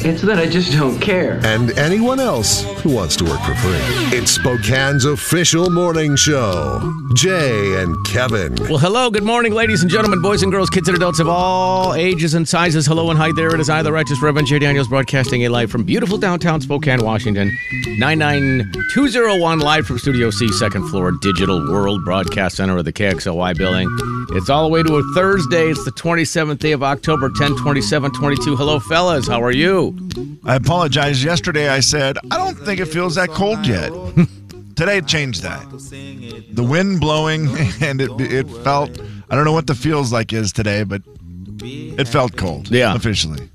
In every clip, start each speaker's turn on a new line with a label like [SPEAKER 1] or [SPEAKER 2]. [SPEAKER 1] It's that I just don't care.
[SPEAKER 2] and anyone else who wants to work for free. It's Spokane's official morning show. Jay and Kevin.
[SPEAKER 3] Well, hello, good morning, ladies and gentlemen, boys and girls, kids and adults of all ages and sizes. Hello and hi there. It is I, the Righteous Reverend Jay Daniels, broadcasting a live from beautiful downtown Spokane, Washington, 99201, live from Studio C, second floor, Digital World Broadcast Center of the KXLY building. It's all the way to a Thursday. It's the 27th day of October, 10 27 22. Hello, fellas. How are you?
[SPEAKER 4] I apologize. Yesterday I said, I don't think it feels that cold yet. Today it changed that. The wind blowing and it it felt I don't know what the feels like is today, but it felt cold.
[SPEAKER 3] Yeah.
[SPEAKER 4] Officially.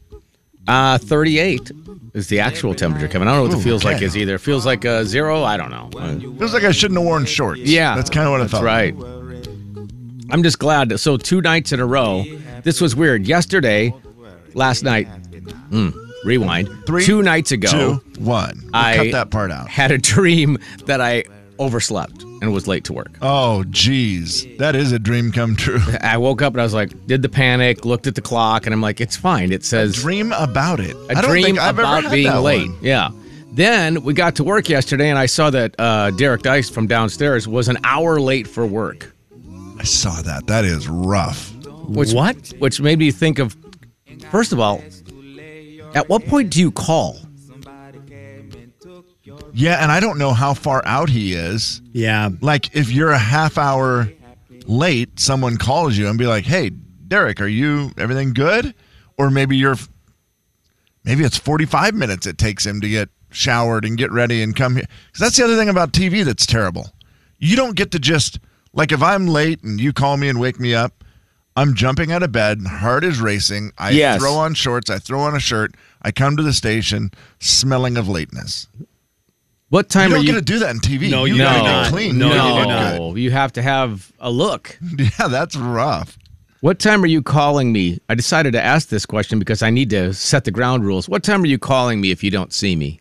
[SPEAKER 3] Uh, 38 is the actual temperature, Kevin. I don't know what
[SPEAKER 4] Ooh,
[SPEAKER 3] it feels like
[SPEAKER 4] okay.
[SPEAKER 3] is either. It feels like uh, zero. I don't know. Uh,
[SPEAKER 4] Feels like I shouldn't have worn shorts.
[SPEAKER 3] Yeah,
[SPEAKER 4] That's kind of what it
[SPEAKER 3] that's
[SPEAKER 4] felt like.
[SPEAKER 3] Right. I'm just glad. that- So two nights in a row. This was weird. Yesterday, last night. mm, rewind.
[SPEAKER 4] Three,
[SPEAKER 3] two nights ago,
[SPEAKER 4] Two, one. We'll
[SPEAKER 3] I
[SPEAKER 4] cut that part out.
[SPEAKER 3] had a dream that I overslept and was late to work.
[SPEAKER 4] Oh geez. That is a dream come true.
[SPEAKER 3] I woke up and I was like, did the panic, looked at the clock, and I'm like, it's fine. It says
[SPEAKER 4] dream about it. I
[SPEAKER 3] a
[SPEAKER 4] I don't
[SPEAKER 3] dream
[SPEAKER 4] think I've ever
[SPEAKER 3] about
[SPEAKER 4] had
[SPEAKER 3] being
[SPEAKER 4] that
[SPEAKER 3] late.
[SPEAKER 4] one.
[SPEAKER 3] Yeah. Then we got to work yesterday, and I saw that uh, Derek Dice from downstairs was an hour late for work.
[SPEAKER 4] I saw that. That is rough.
[SPEAKER 3] Which, what? Which made me think of, first of all, at what point do you call?
[SPEAKER 4] Yeah, and I don't know how far out he is.
[SPEAKER 5] Yeah.
[SPEAKER 4] Like if you're a half hour late, someone calls you and be like, "Hey, Derek, are you everything good?" Or maybe you're maybe it's 45 minutes it takes him to get showered and get ready and come here. Cuz that's the other thing about TV that's terrible. You don't get to just like if I'm late and you call me and wake me up, I'm jumping out of bed, heart is racing. I
[SPEAKER 3] Yes.
[SPEAKER 4] throw on shorts, I throw on a shirt, I come to the station smelling of lateness.
[SPEAKER 3] What
[SPEAKER 4] You
[SPEAKER 3] time
[SPEAKER 4] don't
[SPEAKER 3] are you?
[SPEAKER 4] get to do that in TV.
[SPEAKER 5] No, you
[SPEAKER 4] gotta
[SPEAKER 5] do
[SPEAKER 4] get
[SPEAKER 5] not.
[SPEAKER 4] clean.
[SPEAKER 5] No,
[SPEAKER 4] You gotta
[SPEAKER 5] you
[SPEAKER 4] get
[SPEAKER 5] do not.
[SPEAKER 4] good.
[SPEAKER 3] no, you have to have a look.
[SPEAKER 4] Yeah, that's rough.
[SPEAKER 3] What time are you calling me? I decided to ask this question because I need to set the ground rules. What time are you calling me if you don't see me?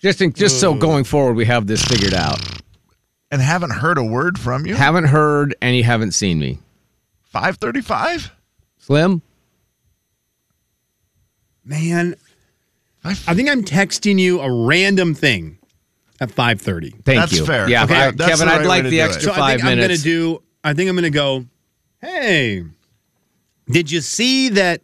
[SPEAKER 3] Just, in, just so going forward, we have this figured out.
[SPEAKER 4] And haven't heard a word from you.
[SPEAKER 3] Haven't heard and you haven't seen me.
[SPEAKER 4] Five thirty-five.
[SPEAKER 3] Slim?
[SPEAKER 5] Man,
[SPEAKER 4] I
[SPEAKER 5] I think I'm texting you a random thing at
[SPEAKER 3] Thank
[SPEAKER 5] 5:30.
[SPEAKER 4] That's
[SPEAKER 3] you.
[SPEAKER 4] fair.
[SPEAKER 3] Yeah,
[SPEAKER 4] Okay,
[SPEAKER 3] I-
[SPEAKER 4] that's
[SPEAKER 3] Kevin,
[SPEAKER 4] the
[SPEAKER 3] I'd
[SPEAKER 4] right
[SPEAKER 3] like
[SPEAKER 4] way to
[SPEAKER 3] the
[SPEAKER 4] do it.
[SPEAKER 3] extra
[SPEAKER 5] So I
[SPEAKER 3] five
[SPEAKER 5] think I'm
[SPEAKER 3] minutes.
[SPEAKER 5] gonna do. I think I'm gonna go. Hey, did you see that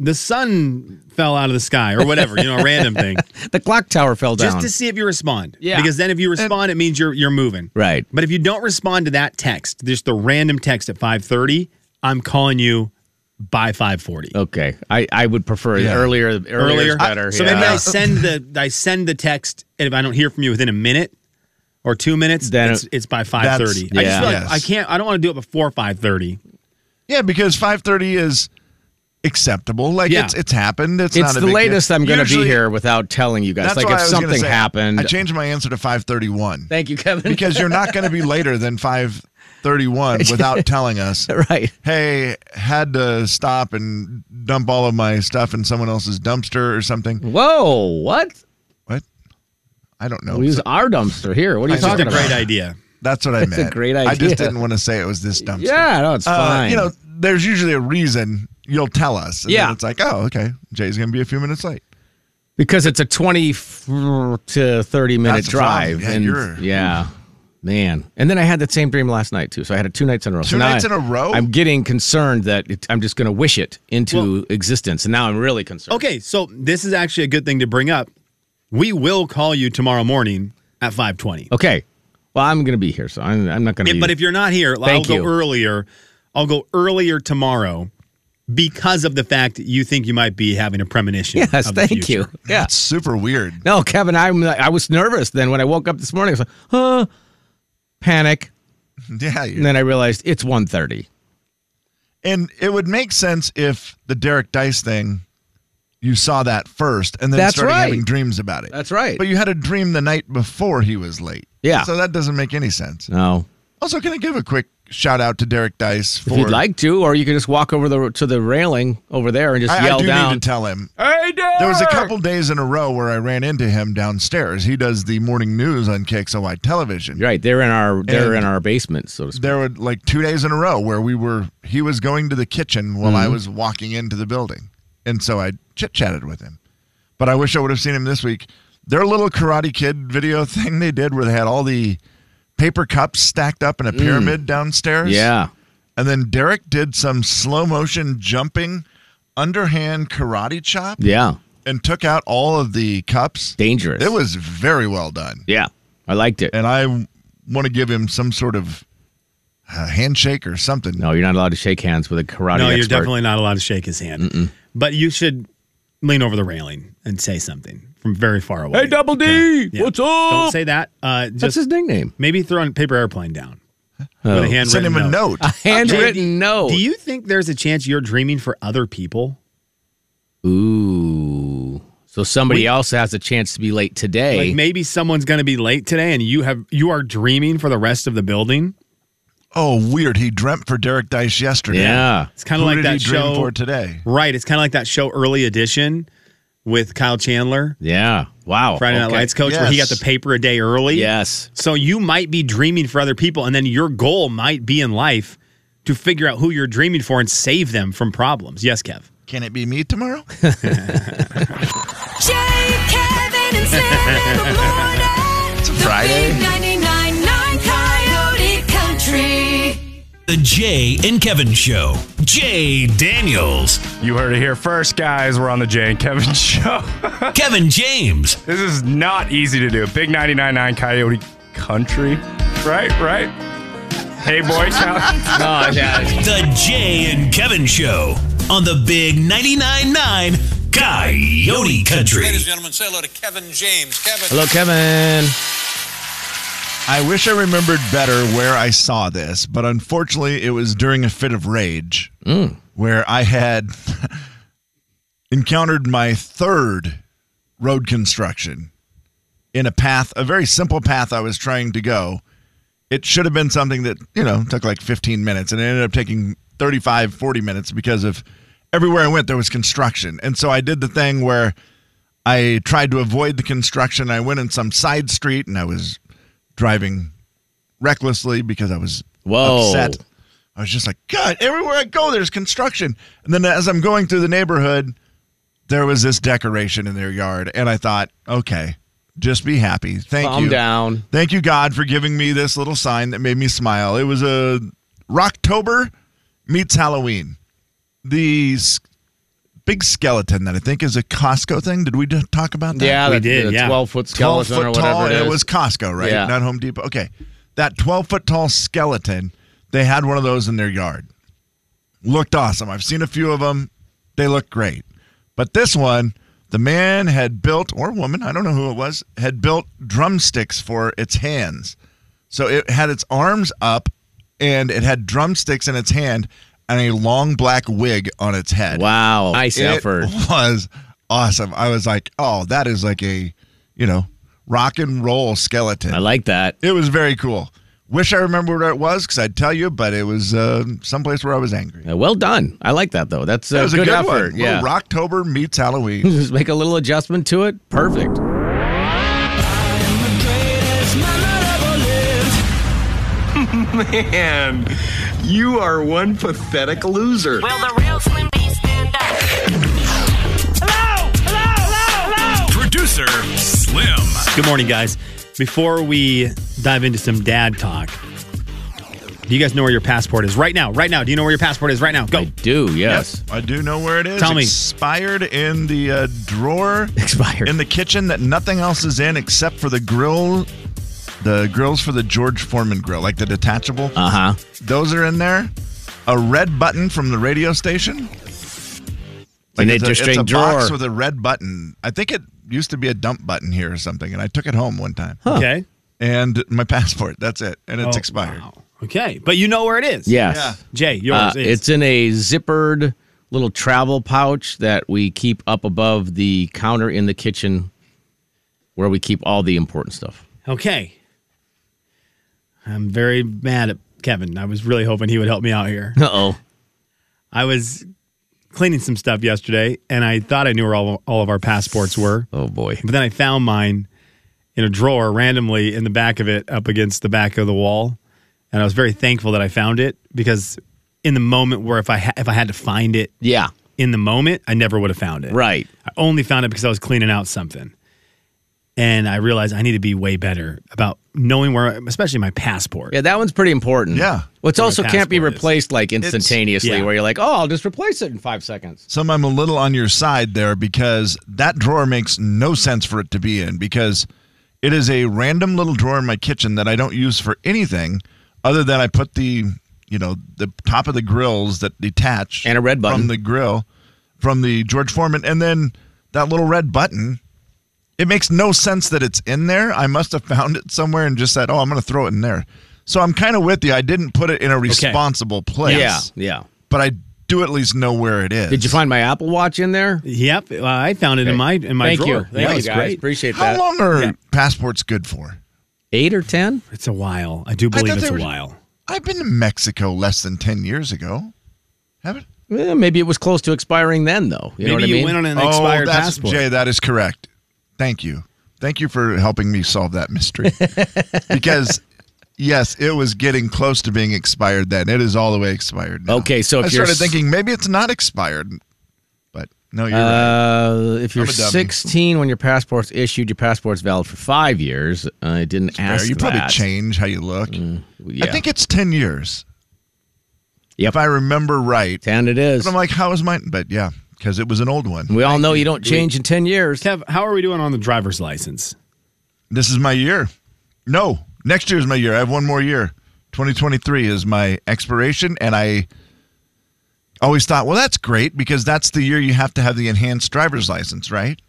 [SPEAKER 5] the sun fell out of the sky or whatever? You know, a random thing,
[SPEAKER 3] the clock tower fell down.
[SPEAKER 5] just to see if you respond.
[SPEAKER 3] Yeah.
[SPEAKER 5] Because then if you respond, it means you're you're moving.
[SPEAKER 3] Right.
[SPEAKER 5] But if you don't respond to that text, just the random text at 5:30, I'm calling you by
[SPEAKER 3] Oh,
[SPEAKER 5] 5:40.
[SPEAKER 3] Okay, I, I would prefer
[SPEAKER 4] Yeah.
[SPEAKER 3] earlier. Earlier, is better.
[SPEAKER 5] so maybe
[SPEAKER 3] yeah.
[SPEAKER 5] I send the I send the text, and if I don't hear from you within a minute or two minutes,
[SPEAKER 3] Then
[SPEAKER 5] it's,
[SPEAKER 3] it-
[SPEAKER 5] it's by five thirty. I
[SPEAKER 3] yeah.
[SPEAKER 5] just feel like
[SPEAKER 4] Yes.
[SPEAKER 5] I can't. I don't want to do it before five thirty.
[SPEAKER 4] Yeah, because five thirty is acceptable. Like
[SPEAKER 5] Yeah.
[SPEAKER 4] it's it's happened. It's,
[SPEAKER 3] it's
[SPEAKER 4] not a
[SPEAKER 3] the
[SPEAKER 4] big deal.
[SPEAKER 3] latest I'm going to be
[SPEAKER 4] Usually-
[SPEAKER 3] here without telling you guys.
[SPEAKER 4] That's
[SPEAKER 3] Like
[SPEAKER 4] why
[SPEAKER 3] if
[SPEAKER 4] I was gonna
[SPEAKER 3] something
[SPEAKER 4] say,
[SPEAKER 3] happened.
[SPEAKER 4] I changed my answer to five thirty-one
[SPEAKER 3] Thank you, Kevin.
[SPEAKER 4] because you're not going to be later than five thirty-one without telling us.
[SPEAKER 3] right.
[SPEAKER 4] Hey, had to stop and dump all of my stuff in someone else's dumpster or something.
[SPEAKER 3] Whoa! What?
[SPEAKER 4] What? I don't know.
[SPEAKER 3] We use our dumpster here. What are you
[SPEAKER 4] Oh, I just-
[SPEAKER 3] talking
[SPEAKER 5] It's a great
[SPEAKER 3] about?
[SPEAKER 5] idea.
[SPEAKER 4] That's what I meant.
[SPEAKER 3] a great
[SPEAKER 4] I
[SPEAKER 3] idea.
[SPEAKER 4] just didn't want to say it was this dumpster.
[SPEAKER 3] Yeah, no, it's
[SPEAKER 4] Uh,
[SPEAKER 3] fine.
[SPEAKER 4] You know, there's usually a reason you'll tell us. And
[SPEAKER 3] Yeah. Uh,
[SPEAKER 4] then it's like, oh, okay, Jay's gonna be a few minutes late.
[SPEAKER 3] because it's a twenty f- to thirty minute
[SPEAKER 4] That's a problem.
[SPEAKER 3] drive.
[SPEAKER 4] Yeah,
[SPEAKER 3] and
[SPEAKER 4] you're-
[SPEAKER 3] yeah. Man, and then I had that same dream last night too. So I had it two nights in a row.
[SPEAKER 4] Two
[SPEAKER 3] so now
[SPEAKER 4] nights
[SPEAKER 3] I-
[SPEAKER 4] in a row?
[SPEAKER 3] I'm getting concerned that it, I'm just going to wish it into existence, and now I'm really concerned.
[SPEAKER 5] Okay, so this is actually a good thing to bring up. We will call you tomorrow morning at five twenty.
[SPEAKER 3] Okay. Well, I'm going to be here, so I'm, I'm not going to. be
[SPEAKER 5] But if you're not here, I'll
[SPEAKER 3] Thank
[SPEAKER 5] go
[SPEAKER 3] you.
[SPEAKER 5] earlier. I'll go earlier tomorrow because of the fact that you think you might be having a premonition.
[SPEAKER 3] yes,
[SPEAKER 5] of the
[SPEAKER 3] thank
[SPEAKER 5] future.
[SPEAKER 3] you. Yeah.
[SPEAKER 4] It's super weird.
[SPEAKER 3] No, Kevin, I'm. I was nervous then when I woke up this morning. I was like, uh, panic,
[SPEAKER 4] Yeah, you're-
[SPEAKER 3] and then I realized it's 1.30.
[SPEAKER 4] And it would make sense if the Derek Dice thing, you saw that first and then
[SPEAKER 3] That's
[SPEAKER 4] started
[SPEAKER 3] right.
[SPEAKER 4] having dreams about it.
[SPEAKER 3] That's right.
[SPEAKER 4] But you had a dream the night before he was late.
[SPEAKER 3] Yeah.
[SPEAKER 4] So that doesn't make any sense.
[SPEAKER 3] No.
[SPEAKER 4] Also, can I give a quick shout out to Derek Dice for
[SPEAKER 3] If you'd like to, or you could just walk over the to the railing over there and just
[SPEAKER 4] I,
[SPEAKER 3] yell
[SPEAKER 4] I do
[SPEAKER 3] down.
[SPEAKER 4] need to tell him.
[SPEAKER 3] Hey, Derek!
[SPEAKER 4] There was a couple days in a row where I ran into him downstairs. He does the morning news on KXLY television.
[SPEAKER 3] Right, they're in our they're
[SPEAKER 4] And-
[SPEAKER 3] in our basement, so to speak.
[SPEAKER 4] There were like two days in a row where we were. He was going to the kitchen while I was walking into the building, and so I chit chatted with him. But I wish I would have seen him this week. Their little Karate Kid video thing they did, where they had all the paper cups stacked up in a pyramid downstairs.
[SPEAKER 3] Yeah,
[SPEAKER 4] and then Derek did some slow motion jumping, underhand karate chop,
[SPEAKER 3] yeah,
[SPEAKER 4] and took out all of the cups.
[SPEAKER 3] dangerous.
[SPEAKER 4] It was very well done.
[SPEAKER 3] yeah, I liked it.
[SPEAKER 4] And I want to give him some sort of uh, handshake or something.
[SPEAKER 3] No, you're not allowed to shake hands with a karate.
[SPEAKER 5] no, you're
[SPEAKER 3] expert.
[SPEAKER 5] definitely not allowed to shake his hand. But you should lean over the railing and say something from very far away.
[SPEAKER 3] Hey, Double D,
[SPEAKER 5] Yeah.
[SPEAKER 3] what's
[SPEAKER 5] Don't
[SPEAKER 3] up?
[SPEAKER 5] say that. Uh,
[SPEAKER 3] That's
[SPEAKER 5] just
[SPEAKER 3] his nickname.
[SPEAKER 5] maybe throw a paper airplane down
[SPEAKER 3] Oh.
[SPEAKER 5] with a handwritten
[SPEAKER 4] Send him a note.
[SPEAKER 3] Handwritten note.
[SPEAKER 5] Do you think there's a chance you're dreaming for other people?
[SPEAKER 3] Ooh, so somebody else has a chance to be late today.
[SPEAKER 5] Like maybe someone's going to be late today, and you have you are dreaming for the rest of the building.
[SPEAKER 4] Oh, weird. He dreamt for Derek Dice yesterday.
[SPEAKER 3] yeah,
[SPEAKER 5] It's kind of
[SPEAKER 4] Who
[SPEAKER 5] like
[SPEAKER 4] did
[SPEAKER 5] that
[SPEAKER 4] he dream
[SPEAKER 5] show.
[SPEAKER 4] for today?
[SPEAKER 5] Right. It's kind of like that show Early Edition with Kyle Chandler,
[SPEAKER 3] yeah. Wow.
[SPEAKER 5] Friday Night
[SPEAKER 3] Okay.
[SPEAKER 5] Lights coach, where he got
[SPEAKER 4] Yes.
[SPEAKER 5] the paper a day early.
[SPEAKER 3] Yes.
[SPEAKER 5] So you might be dreaming for other people, and then your goal might be in life to figure out who you're dreaming for and save them from problems. Yes, Kev.
[SPEAKER 4] Can it be me tomorrow?
[SPEAKER 6] Jay, Kevin, and Slim in the morning. It's
[SPEAKER 4] Friday.
[SPEAKER 6] The big 99.9 Coyote Country.
[SPEAKER 7] The Jay and Kevin Show. Jay Daniels,
[SPEAKER 8] You heard it here first, guys. We're on the Jay and Kevin show.
[SPEAKER 7] Kevin James,
[SPEAKER 8] this is not easy to do. Big 99.9 Coyote Country. Right, right. Hey, boy. Cow-
[SPEAKER 3] Oh, yeah.
[SPEAKER 7] The Jay and Kevin Show on the Big 99.9 9 Coyote Country.
[SPEAKER 9] Ladies and gentlemen, say hello to Kevin James. Kevin.
[SPEAKER 3] Hello, Kevin.
[SPEAKER 4] I wish I remembered better where I saw this, but unfortunately, it was during a fit of rage where I had encountered my third road construction in a path, a very simple path I was trying to go. It should have been something that, you know, took like 15 minutes and it ended up taking 35, 40 minutes because of everywhere I went, there was construction. And so I did the thing where I tried to avoid the construction. I went in some side street and I was driving recklessly because I was
[SPEAKER 3] Whoa.
[SPEAKER 4] upset. I was just like, God, everywhere I go, there's construction. And then as I'm going through the neighborhood, there was this decoration in their yard. And I thought, okay, just be happy. Thank
[SPEAKER 3] Calm
[SPEAKER 4] you.
[SPEAKER 3] down.
[SPEAKER 4] Thank you, God, for giving me this little sign that made me smile. It was a Rocktober meets Halloween. The s- big skeleton that I think is a Costco thing. Did we d- talk about that?
[SPEAKER 3] Yeah,
[SPEAKER 5] We
[SPEAKER 3] the,
[SPEAKER 5] did,
[SPEAKER 3] the
[SPEAKER 5] yeah.
[SPEAKER 3] 12 foot
[SPEAKER 4] 12
[SPEAKER 3] skeleton
[SPEAKER 4] foot
[SPEAKER 3] or whatever
[SPEAKER 4] tall.
[SPEAKER 3] it is.
[SPEAKER 4] and it was Costco, right?
[SPEAKER 3] Yeah.
[SPEAKER 4] Not Home Depot. Okay. That 12 foot tall skeleton, they had one of those in their yard. Looked awesome. I've seen a few of them. They look great. But this one, the man had built, or woman, I don't know who it was, had built drumsticks for its hands. So it had its arms up and it had drumsticks in its hand and a long black wig on its head.
[SPEAKER 3] wow. Nice effort.
[SPEAKER 4] It was awesome. I was like, oh, that is like a, you know, rock and roll skeleton.
[SPEAKER 3] I like that.
[SPEAKER 4] it was very cool. Wish I remembered where it was because I'd tell you, but it was uh, someplace where I was angry.
[SPEAKER 3] Uh, Well done. I like that though. That's a,
[SPEAKER 4] That was
[SPEAKER 3] good,
[SPEAKER 4] a good
[SPEAKER 3] effort.
[SPEAKER 4] one.
[SPEAKER 3] Yeah.
[SPEAKER 4] Little Rocktober meets Halloween.
[SPEAKER 3] Just make a little adjustment to it. Perfect.
[SPEAKER 8] Man, you are one pathetic loser.
[SPEAKER 6] Will the real Slim B stand up?
[SPEAKER 7] Producer Slim.
[SPEAKER 5] Good morning, guys. Before we dive into some dad talk, do you guys know where your passport is right now? Right now, do you know where your passport is right now? Go.
[SPEAKER 3] I do. Yes.
[SPEAKER 4] I do know where it is.
[SPEAKER 5] Tell me.
[SPEAKER 4] Expired in the uh, drawer
[SPEAKER 3] Expired.
[SPEAKER 4] in the kitchen that nothing else is in except for the grill, the grills for the George Foreman grill, like the detachable.
[SPEAKER 3] uh huh.
[SPEAKER 4] Those are in there. A red button from the radio station. it's
[SPEAKER 3] An
[SPEAKER 4] a-
[SPEAKER 3] interesting
[SPEAKER 4] it's a box
[SPEAKER 3] drawer.
[SPEAKER 4] with a red button. I think it used to be a dump button here or something, and I took it home one time.
[SPEAKER 5] Okay.
[SPEAKER 4] And my passport. That's it, and it's
[SPEAKER 5] Oh,
[SPEAKER 4] expired.
[SPEAKER 5] wow. Okay, but you know where it is.
[SPEAKER 3] Yes. Yeah.
[SPEAKER 5] Jay,
[SPEAKER 3] Uh,
[SPEAKER 5] yours is.
[SPEAKER 3] it's in a zippered little travel pouch that we keep up above the counter in the kitchen where we keep all the important stuff.
[SPEAKER 5] Okay. I'm very mad at Kevin. I was really hoping he would help me out here.
[SPEAKER 3] Uh oh.
[SPEAKER 5] I was cleaning some stuff yesterday and I thought I knew where all, all of our passports were.
[SPEAKER 3] Oh boy.
[SPEAKER 5] But then I found mine in a drawer randomly in the back of it up against the back of the wall. And I was very thankful that I found it because in the moment where if I ha- if I had to find it
[SPEAKER 3] Yeah.
[SPEAKER 5] in the moment, I never would have found it.
[SPEAKER 3] Right.
[SPEAKER 5] I only found it because I was cleaning out something. And I realized I need to be way better about knowing where, especially my passport.
[SPEAKER 3] Yeah, that one's pretty important.
[SPEAKER 4] Yeah.
[SPEAKER 3] Which also can't be
[SPEAKER 5] passport is.
[SPEAKER 3] replaced like instantaneously
[SPEAKER 5] yeah.
[SPEAKER 3] where you're like, oh, I'll just replace it in five seconds.
[SPEAKER 4] Some I'm a little on your side there because that drawer makes no sense for it to be in because it is a random little drawer in my kitchen that I don't use for anything other than I put the you know the top of the grills that detach
[SPEAKER 3] And a red button.
[SPEAKER 4] from the grill from the George Foreman and then that little red button. It makes no sense that it's in there. I must have found it somewhere and just said, "Oh, I'm going to throw it in there." So I'm kind of with you. I didn't put it in a responsible place.
[SPEAKER 3] Yeah. Yeah.
[SPEAKER 4] But I do at least know where it is.
[SPEAKER 3] Did you find my Apple Watch in there?
[SPEAKER 5] Yep, well, I found it in my in my
[SPEAKER 3] Thank
[SPEAKER 5] drawer.
[SPEAKER 3] you.
[SPEAKER 5] That
[SPEAKER 3] Thank you
[SPEAKER 5] was
[SPEAKER 3] guys.
[SPEAKER 5] great.
[SPEAKER 3] Appreciate
[SPEAKER 4] How
[SPEAKER 3] that.
[SPEAKER 4] long are passports good for?
[SPEAKER 3] Eight or ten?
[SPEAKER 5] It's a while. I do
[SPEAKER 4] I
[SPEAKER 5] believe
[SPEAKER 4] thought
[SPEAKER 5] it's
[SPEAKER 4] they
[SPEAKER 5] a
[SPEAKER 4] were-
[SPEAKER 5] while.
[SPEAKER 4] I've been to Mexico less than 10 years ago. Haven't?
[SPEAKER 3] Eh, maybe it was close to expiring then, though. You know what
[SPEAKER 5] Maybe
[SPEAKER 3] I
[SPEAKER 5] you
[SPEAKER 3] mean?
[SPEAKER 5] went on an
[SPEAKER 4] oh,
[SPEAKER 5] expired
[SPEAKER 4] that's,
[SPEAKER 5] passport.
[SPEAKER 4] Jay, that is correct. Thank you. Thank you for helping me solve that mystery. because, yes, it was getting close to being expired then. It is all the way expired now.
[SPEAKER 3] Okay, so
[SPEAKER 4] I
[SPEAKER 3] if you're
[SPEAKER 4] started
[SPEAKER 3] s-
[SPEAKER 4] thinking maybe it's not expired, but no, you're right.
[SPEAKER 3] Uh, if you're
[SPEAKER 4] I'm a dummy.
[SPEAKER 3] 16 when your passport's issued, your passport's valid for five years. Uh, I didn't
[SPEAKER 4] Fair.
[SPEAKER 3] ask.
[SPEAKER 4] You probably
[SPEAKER 3] that. Mm,
[SPEAKER 4] change how you look.
[SPEAKER 3] Yeah.
[SPEAKER 4] I think it's 10 years.
[SPEAKER 3] Yep.
[SPEAKER 4] If I remember right.
[SPEAKER 3] ten it is.
[SPEAKER 4] But I'm like, how is mine? But yeah, because it was an old one.
[SPEAKER 3] we all know you don't change in 10 years.
[SPEAKER 5] Kev, how are we doing on the driver's license?
[SPEAKER 4] This is my year. No, next year is my year. I have one more year. 2023 is my expiration, and I always thought, well, that's great because that's the year you have to have the enhanced driver's license, right?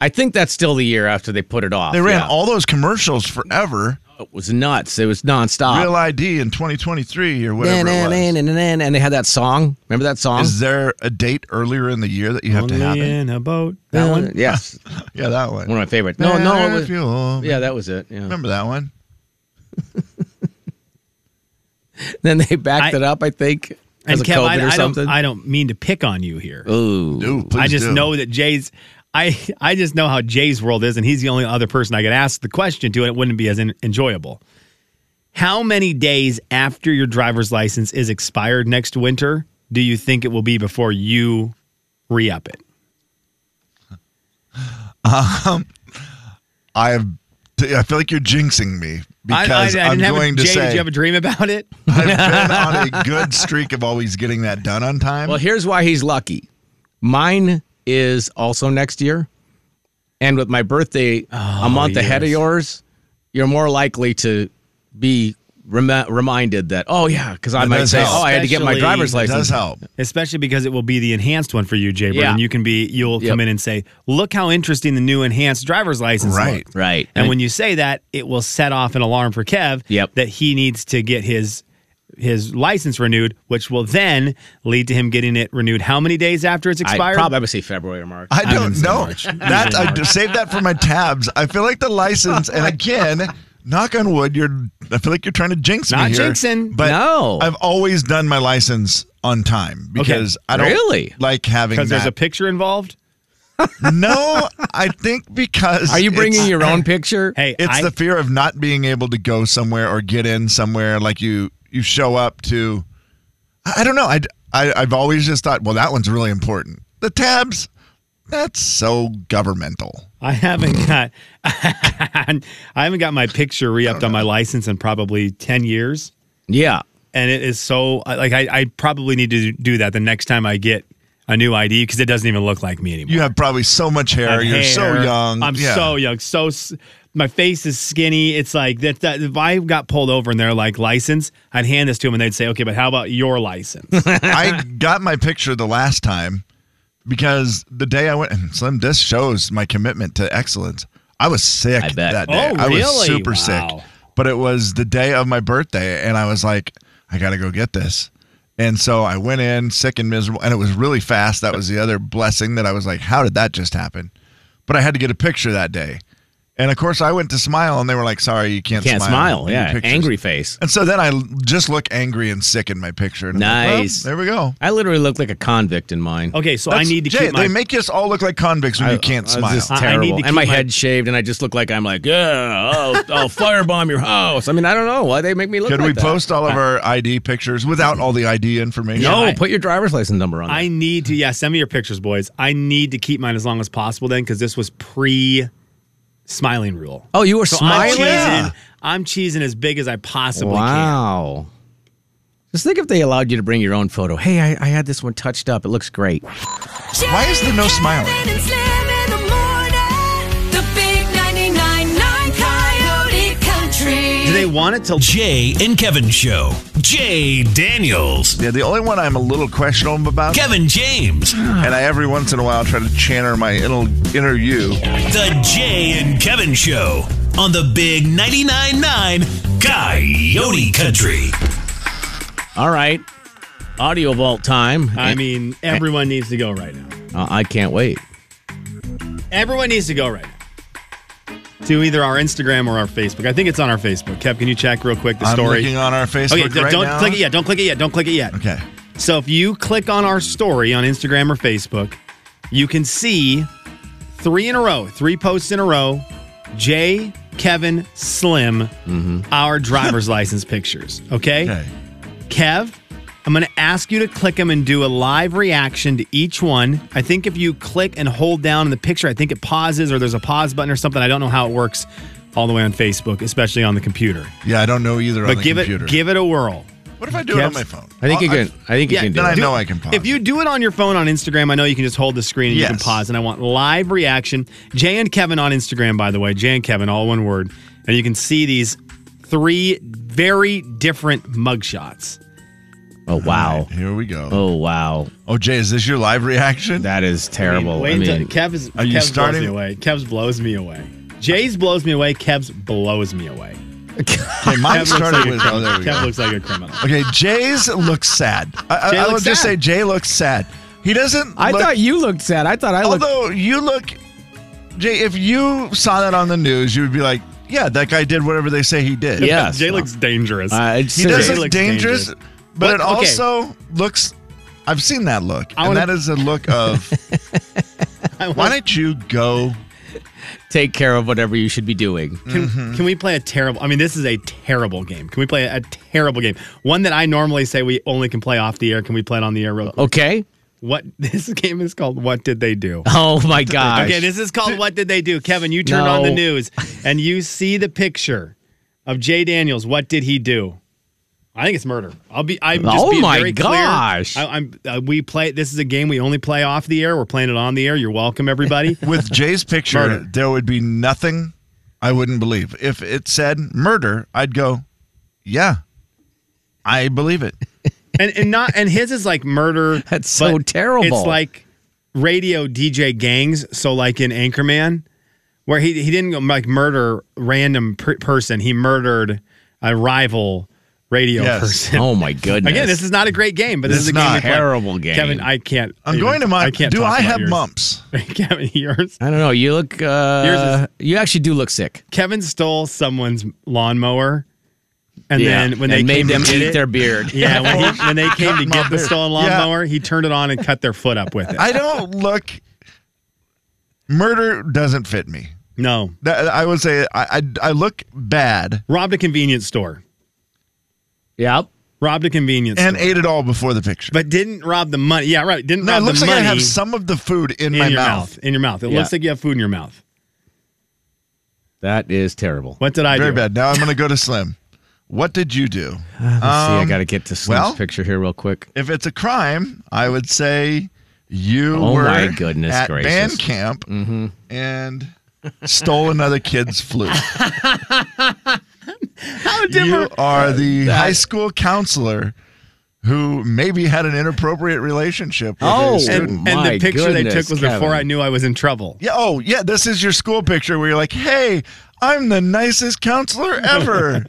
[SPEAKER 3] I think that's still the year after they put it off.
[SPEAKER 4] They ran
[SPEAKER 3] yeah.
[SPEAKER 4] all those commercials forever.
[SPEAKER 3] It was nuts. It was nonstop.
[SPEAKER 4] Real ID in 2023 or whatever it was.
[SPEAKER 3] Na-na-na-na-na-na. And they had that song. Remember that song?
[SPEAKER 4] Is there a date earlier in the year that you have to
[SPEAKER 5] Only
[SPEAKER 4] have it?
[SPEAKER 5] in a boat. That one.
[SPEAKER 3] Yes.
[SPEAKER 4] Yeah, that one.
[SPEAKER 3] One of my favorites. No, no. It was,
[SPEAKER 4] yeah,
[SPEAKER 3] yeah, that was it. Yeah.
[SPEAKER 4] remember that one?
[SPEAKER 3] Then they backed
[SPEAKER 5] I-
[SPEAKER 3] it up, I think,
[SPEAKER 5] And
[SPEAKER 3] as a
[SPEAKER 5] Kev,
[SPEAKER 3] COVID
[SPEAKER 5] I,
[SPEAKER 3] or
[SPEAKER 5] I don't.
[SPEAKER 3] something.
[SPEAKER 5] I don't mean to pick on you here.
[SPEAKER 3] Ooh.
[SPEAKER 4] Do please
[SPEAKER 5] I just
[SPEAKER 4] do.
[SPEAKER 5] know that Jay's. I I just know how Jay's world is, and he's the only other person I could ask the question to, and it wouldn't be as en- enjoyable. How many days after your driver's license is expired next winter do you think it will be before you re up it?
[SPEAKER 4] I have. I feel like you're jinxing me
[SPEAKER 5] I-
[SPEAKER 4] because
[SPEAKER 5] I,
[SPEAKER 4] I, am
[SPEAKER 5] I didn't have a-
[SPEAKER 4] going to
[SPEAKER 5] Jay,
[SPEAKER 4] say
[SPEAKER 5] did you have a dream about it?
[SPEAKER 4] I've been on a good streak of always getting that done on time.
[SPEAKER 3] Well, here's why he's lucky. Mine is also next year. And with my birthday
[SPEAKER 4] Oh,
[SPEAKER 3] a month ahead of
[SPEAKER 5] yes.
[SPEAKER 3] yours, you're more likely to be rem- reminded that, oh, yeah, because I
[SPEAKER 4] That
[SPEAKER 3] might
[SPEAKER 4] does
[SPEAKER 3] say,
[SPEAKER 4] help.
[SPEAKER 3] oh, I had to get my
[SPEAKER 5] Especially-
[SPEAKER 3] driver's
[SPEAKER 4] it
[SPEAKER 3] license.
[SPEAKER 4] does help.
[SPEAKER 5] Especially because it will be the enhanced one for you, Jay.
[SPEAKER 3] Yeah.
[SPEAKER 5] And you can be you'll
[SPEAKER 3] Yep.
[SPEAKER 5] come in and say, "Look how interesting the new enhanced driver's license
[SPEAKER 4] Right.
[SPEAKER 5] looked."
[SPEAKER 3] Right.
[SPEAKER 5] And
[SPEAKER 3] And
[SPEAKER 5] when you say that, it will set off an alarm for Kev
[SPEAKER 3] Yep.
[SPEAKER 5] that he needs to get his his license renewed, which will then lead to him getting it renewed. How many days after it's
[SPEAKER 3] I
[SPEAKER 5] expired?
[SPEAKER 3] probably would say February or March.
[SPEAKER 4] I
[SPEAKER 5] in
[SPEAKER 4] don't know.
[SPEAKER 5] March.
[SPEAKER 4] That I just saved that for my tabs. I feel like the license, and again, knock on wood, you're. I feel like you're trying to jinx
[SPEAKER 5] Not
[SPEAKER 4] me here.
[SPEAKER 5] jinxing.
[SPEAKER 4] but
[SPEAKER 3] No.
[SPEAKER 4] I've always done my license on time because I don't
[SPEAKER 3] Really?
[SPEAKER 4] like having
[SPEAKER 5] because there's
[SPEAKER 4] that.
[SPEAKER 5] a picture involved.
[SPEAKER 4] no, I think because
[SPEAKER 3] Are you bringing
[SPEAKER 4] it's-
[SPEAKER 3] your own picture?
[SPEAKER 5] Hey,
[SPEAKER 4] It's
[SPEAKER 5] I,
[SPEAKER 4] the fear of not being able to go somewhere or get in somewhere. Like you, you show up to, I I don't know. I, I, have always just thought, well, that one's really important. The tabs, that's so governmental.
[SPEAKER 5] I haven't got I haven't got my picture re-upped on my license in probably ten years.
[SPEAKER 3] yeah.
[SPEAKER 5] and it is so I- like I, I probably need to do that the next time I get a new ID because it doesn't even look like me anymore.
[SPEAKER 4] You have probably so much hair.
[SPEAKER 5] I have
[SPEAKER 4] You're so
[SPEAKER 5] hair.
[SPEAKER 4] young.
[SPEAKER 5] I'm
[SPEAKER 4] Yeah.
[SPEAKER 5] so young. So s- my face is skinny. It's like that, that. If I got pulled over and they're like license, I'd hand this to them and they'd say, okay, but how about your license?
[SPEAKER 4] I got my picture the last time because the day I went, and Slim, this shows my commitment to excellence. I was sick
[SPEAKER 3] I bet.
[SPEAKER 4] that day.
[SPEAKER 5] Oh,
[SPEAKER 4] I was
[SPEAKER 5] really?
[SPEAKER 4] super
[SPEAKER 5] Wow.
[SPEAKER 4] sick. but it was the day of my birthday, and I was like, I gotta go get this. And so I went in sick and miserable, and it was really fast. That was the other blessing that I was like, how did that just happen? But I had to get a picture that day. And of course, I went to smile, and they were like, "Sorry, you can't,
[SPEAKER 3] Can't smile,
[SPEAKER 4] in your
[SPEAKER 3] yeah,
[SPEAKER 4] pictures."
[SPEAKER 3] angry face.
[SPEAKER 4] And so then I l- just look angry and sick in my picture. And I'm like, well,
[SPEAKER 3] Nice.
[SPEAKER 4] there we go.
[SPEAKER 3] I literally look like a convict in mine.
[SPEAKER 5] Okay, so I
[SPEAKER 4] That's-
[SPEAKER 5] need to
[SPEAKER 4] Jay,
[SPEAKER 5] keep my
[SPEAKER 4] They make us all look like convicts when you can't
[SPEAKER 3] I was
[SPEAKER 4] smile.
[SPEAKER 3] just
[SPEAKER 5] I- I need
[SPEAKER 3] terrible.
[SPEAKER 5] to
[SPEAKER 3] and my,
[SPEAKER 5] keep my-
[SPEAKER 3] head shaved, and I just look like I'm like, yeah, I'll, I'll firebomb your house. I mean, I don't know why they make me look.
[SPEAKER 4] Could
[SPEAKER 3] like
[SPEAKER 4] we
[SPEAKER 3] that.
[SPEAKER 4] post all of our ID pictures without all the ID information?
[SPEAKER 3] No,
[SPEAKER 5] I-
[SPEAKER 3] Oh, put your driver's license number on.
[SPEAKER 5] I need to, yeah, send me your pictures, boys. I need to keep mine as long as possible then because this was pre smiling rule.
[SPEAKER 3] Oh, you were
[SPEAKER 5] So
[SPEAKER 3] smiling.
[SPEAKER 5] I'm cheesing, I'm cheesing as big as I possibly can.
[SPEAKER 3] Wow. Just think if they allowed you to bring your own photo. Hey, I, I had this one touched up. It looks great.
[SPEAKER 4] Why is there no smiling?
[SPEAKER 6] Kevin and Slim in the morning. The big 99.9 Coyote Country.
[SPEAKER 5] Do they want it to
[SPEAKER 7] Jay and Kevin Show. Jay Daniels.
[SPEAKER 4] Yeah, the only one I'm a little questionable about,
[SPEAKER 7] Kevin James.
[SPEAKER 4] and I every once in a while try to channel my inner, inner you.
[SPEAKER 7] The Jay and Kevin Show on the Big 99.9 Coyote Country.
[SPEAKER 3] All right. Audio Vault time.
[SPEAKER 5] I mean, everyone needs to go right now.
[SPEAKER 3] Uh, I can't wait.
[SPEAKER 5] Everyone needs to go right now. To either our Instagram or our Facebook. I think it's on our Facebook. Kev, can you check real quick the
[SPEAKER 4] I'm
[SPEAKER 5] story?
[SPEAKER 4] looking on our Facebook
[SPEAKER 5] okay, d-
[SPEAKER 4] right
[SPEAKER 5] don't
[SPEAKER 4] now.
[SPEAKER 5] click it yet. Don't click it yet. Don't click it yet.
[SPEAKER 4] Okay.
[SPEAKER 5] So if you click on our story on Instagram or Facebook, you can see three in a row, three posts in a row. Jay, Kevin, Slim, our driver's license pictures. Okay?
[SPEAKER 4] Mm-hmm. Okay.
[SPEAKER 5] Kev, I'm going to ask you to click them and do a live reaction to each one. I think if you click and hold down the picture, I think it pauses or there's a pause button or something. I don't know how it works all the way on Facebook, especially on the computer.
[SPEAKER 4] Yeah, I don't know either on
[SPEAKER 5] But
[SPEAKER 4] the
[SPEAKER 5] give
[SPEAKER 4] computer.
[SPEAKER 5] it give it a whirl.
[SPEAKER 4] what if I do it on
[SPEAKER 5] Kev's-
[SPEAKER 4] my phone?
[SPEAKER 3] I think you
[SPEAKER 4] I'll-
[SPEAKER 3] can. I think you
[SPEAKER 5] yeah,
[SPEAKER 3] can do
[SPEAKER 4] then I
[SPEAKER 3] it.
[SPEAKER 4] know I can pause.
[SPEAKER 5] If you do it on your phone on Instagram, I know you can just hold the screen and you can
[SPEAKER 4] Yes.
[SPEAKER 5] pause. And I want live reaction. Jay and Kevin on Instagram, by the way. Jay and Kevin, all one word. And you can see these three very different mugshots.
[SPEAKER 3] Oh wow.
[SPEAKER 4] Here we go.
[SPEAKER 3] Oh wow.
[SPEAKER 4] Oh, Jay, is this your live reaction?
[SPEAKER 3] That is terrible.
[SPEAKER 5] Wait
[SPEAKER 3] I mean,
[SPEAKER 5] until Kev is,
[SPEAKER 4] Are you
[SPEAKER 5] Kev's
[SPEAKER 4] starting-
[SPEAKER 5] blows me away. Kev's blows me away. Jay's blows me away. Kev's blows me away.
[SPEAKER 4] Okay, mine
[SPEAKER 5] Kev looks
[SPEAKER 4] started
[SPEAKER 5] like a
[SPEAKER 4] with. Oh, there we
[SPEAKER 5] Kev
[SPEAKER 4] go.
[SPEAKER 5] looks like a criminal.
[SPEAKER 4] Okay, Jay's looks sad. I,
[SPEAKER 5] Jay
[SPEAKER 4] I, I would
[SPEAKER 5] looks
[SPEAKER 4] just
[SPEAKER 5] sad.
[SPEAKER 4] say Jay looks sad. He doesn't.
[SPEAKER 3] I
[SPEAKER 4] look-
[SPEAKER 3] thought you looked sad. I thought I looked.
[SPEAKER 4] Although you look, Jay, if you saw that on the news, you would be like, "Yeah, that guy did whatever they say he did."
[SPEAKER 3] Yes.
[SPEAKER 5] Jay looks dangerous.
[SPEAKER 3] Uh, it's
[SPEAKER 4] he
[SPEAKER 3] serious.
[SPEAKER 4] does
[SPEAKER 5] Jay
[SPEAKER 4] look
[SPEAKER 5] looks
[SPEAKER 4] dangerous,
[SPEAKER 5] dangerous.
[SPEAKER 4] but
[SPEAKER 5] What-
[SPEAKER 4] it
[SPEAKER 5] okay.
[SPEAKER 4] also looks. I've seen that look,
[SPEAKER 5] I
[SPEAKER 4] and
[SPEAKER 5] wanna-
[SPEAKER 4] that is a look of.
[SPEAKER 5] I
[SPEAKER 4] why
[SPEAKER 5] want-
[SPEAKER 4] don't you go?
[SPEAKER 3] Take care of whatever you should be doing.
[SPEAKER 5] Can,
[SPEAKER 4] Mm-hmm.
[SPEAKER 5] can we play a terrible? I mean, this is a terrible game. Can we play a, terrible game? One that I normally say we only can play off the air. Can we play it on the air real quick?
[SPEAKER 3] Okay.
[SPEAKER 5] What this game is called? What did they do?
[SPEAKER 3] Oh my gosh.
[SPEAKER 5] Okay, this is called What Did They Do? Kevin, you turn on the
[SPEAKER 3] No.
[SPEAKER 5] news and you see the picture of Jay Daniels. What did he do? I think it's murder. I'll be. I'm just
[SPEAKER 3] Oh
[SPEAKER 5] being
[SPEAKER 3] my
[SPEAKER 5] very
[SPEAKER 3] gosh.
[SPEAKER 5] Clear. I, I'm. Uh, we play. This is a game we only play off the air. We're playing it on the air. You're welcome, everybody.
[SPEAKER 4] With Jay's picture,
[SPEAKER 5] Murder.
[SPEAKER 4] there would be nothing I wouldn't believe. If it said murder, I'd go, "Yeah, I believe it."
[SPEAKER 5] and and not and his is like murder.
[SPEAKER 3] That's so
[SPEAKER 5] but
[SPEAKER 3] terrible.
[SPEAKER 5] It's like radio DJ gangs. So like in Anchorman, where he he didn't go like murder random per- person. He murdered a rival radio
[SPEAKER 4] Yes.
[SPEAKER 5] person.
[SPEAKER 3] oh my goodness.
[SPEAKER 5] Again, this is not a great game, but this
[SPEAKER 4] It's
[SPEAKER 5] is a
[SPEAKER 4] not
[SPEAKER 5] game.
[SPEAKER 4] a
[SPEAKER 5] we play.
[SPEAKER 3] terrible game.
[SPEAKER 5] Kevin. I can't.
[SPEAKER 4] I'm
[SPEAKER 5] even-
[SPEAKER 4] going to my.
[SPEAKER 5] I can't.
[SPEAKER 4] do
[SPEAKER 5] talk
[SPEAKER 4] I
[SPEAKER 5] about
[SPEAKER 4] have
[SPEAKER 5] yours.
[SPEAKER 4] mumps?
[SPEAKER 5] Kevin, yours.
[SPEAKER 3] I don't know. You look. Uh,
[SPEAKER 5] Yours
[SPEAKER 3] you actually do look sick.
[SPEAKER 5] Kevin stole someone's lawnmower, and then when they
[SPEAKER 3] and
[SPEAKER 5] came
[SPEAKER 3] made them
[SPEAKER 5] to get
[SPEAKER 3] eat
[SPEAKER 5] it,
[SPEAKER 3] their beard.
[SPEAKER 5] yeah, when, he, when they came to get the stolen
[SPEAKER 4] Yeah.
[SPEAKER 5] lawnmower, he turned it on and cut their foot up with it.
[SPEAKER 4] I don't look. Murder doesn't fit me.
[SPEAKER 5] No.
[SPEAKER 4] That, I would say I, I I look bad
[SPEAKER 5] Robbed a convenience store.
[SPEAKER 3] Yep.
[SPEAKER 5] Robbed a convenience
[SPEAKER 4] and
[SPEAKER 5] store.
[SPEAKER 4] ate it all before the picture.
[SPEAKER 5] But didn't rob the money. Yeah, right. Didn't
[SPEAKER 4] no, it
[SPEAKER 5] rob
[SPEAKER 4] looks
[SPEAKER 5] the
[SPEAKER 4] like I
[SPEAKER 5] money
[SPEAKER 4] have some of the food in,
[SPEAKER 5] in
[SPEAKER 4] my
[SPEAKER 5] your
[SPEAKER 4] mouth.
[SPEAKER 5] In your mouth. It
[SPEAKER 3] Yeah.
[SPEAKER 5] looks like you have food in your mouth.
[SPEAKER 3] That is terrible.
[SPEAKER 5] What did I
[SPEAKER 4] Very
[SPEAKER 5] do?
[SPEAKER 4] bad. Now I'm going to go to Slim. What did you do?
[SPEAKER 5] Uh,
[SPEAKER 3] Let's see, I
[SPEAKER 4] Um,
[SPEAKER 3] got to get to Slim's
[SPEAKER 4] well-
[SPEAKER 3] picture here real quick.
[SPEAKER 4] If it's a crime, I would say you
[SPEAKER 3] Oh
[SPEAKER 4] were
[SPEAKER 3] my goodness
[SPEAKER 4] at
[SPEAKER 3] gracious. Mm-hmm.
[SPEAKER 4] band camp and stole another kid's flute.
[SPEAKER 5] How
[SPEAKER 4] you
[SPEAKER 5] different.
[SPEAKER 4] are
[SPEAKER 3] Uh,
[SPEAKER 4] the high school counselor who maybe had an inappropriate relationship with
[SPEAKER 3] Oh.
[SPEAKER 4] a student.
[SPEAKER 5] and, and
[SPEAKER 3] My
[SPEAKER 5] the picture they
[SPEAKER 3] goodness,
[SPEAKER 5] took was before
[SPEAKER 3] Kevin.
[SPEAKER 5] I knew I was in trouble.
[SPEAKER 4] Yeah. Oh, yeah. This is your school picture where you're like, hey, I'm the nicest counselor ever.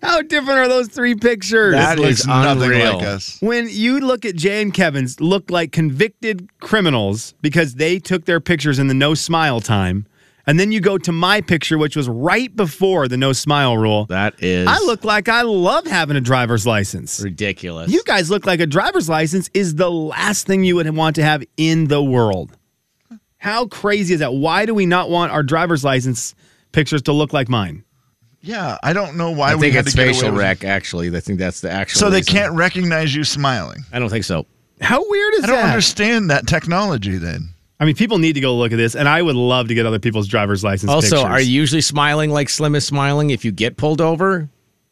[SPEAKER 5] How different are those three pictures?
[SPEAKER 4] That
[SPEAKER 3] This
[SPEAKER 4] is
[SPEAKER 3] looks
[SPEAKER 4] nothing
[SPEAKER 3] unreal.
[SPEAKER 4] like us.
[SPEAKER 5] When you look at Jay and Kevin's, look like convicted criminals because they took their pictures in the no smile time. And then you go to my picture, which was right before the no smile rule.
[SPEAKER 3] That is
[SPEAKER 5] I look like I love having a driver's license.
[SPEAKER 3] ridiculous.
[SPEAKER 5] You guys look like a driver's license is the last thing you would want to have in the world. How crazy is that? Why do we not want our driver's license pictures to look like mine?
[SPEAKER 4] Yeah, I don't know why
[SPEAKER 3] I
[SPEAKER 4] we
[SPEAKER 3] think
[SPEAKER 4] had
[SPEAKER 3] it's
[SPEAKER 4] to get away
[SPEAKER 3] facial
[SPEAKER 4] with-
[SPEAKER 3] rec. Actually, I think that's the actual.
[SPEAKER 4] So they
[SPEAKER 3] reason.
[SPEAKER 4] can't recognize you smiling.
[SPEAKER 3] I don't think so.
[SPEAKER 5] How weird is
[SPEAKER 4] I don't
[SPEAKER 5] that?
[SPEAKER 4] understand that technology then.
[SPEAKER 5] I mean, people need to go look at this, and I would love to get other people's driver's license.
[SPEAKER 3] Also,
[SPEAKER 5] pictures.
[SPEAKER 3] are you usually smiling like Slim is smiling if you get pulled over?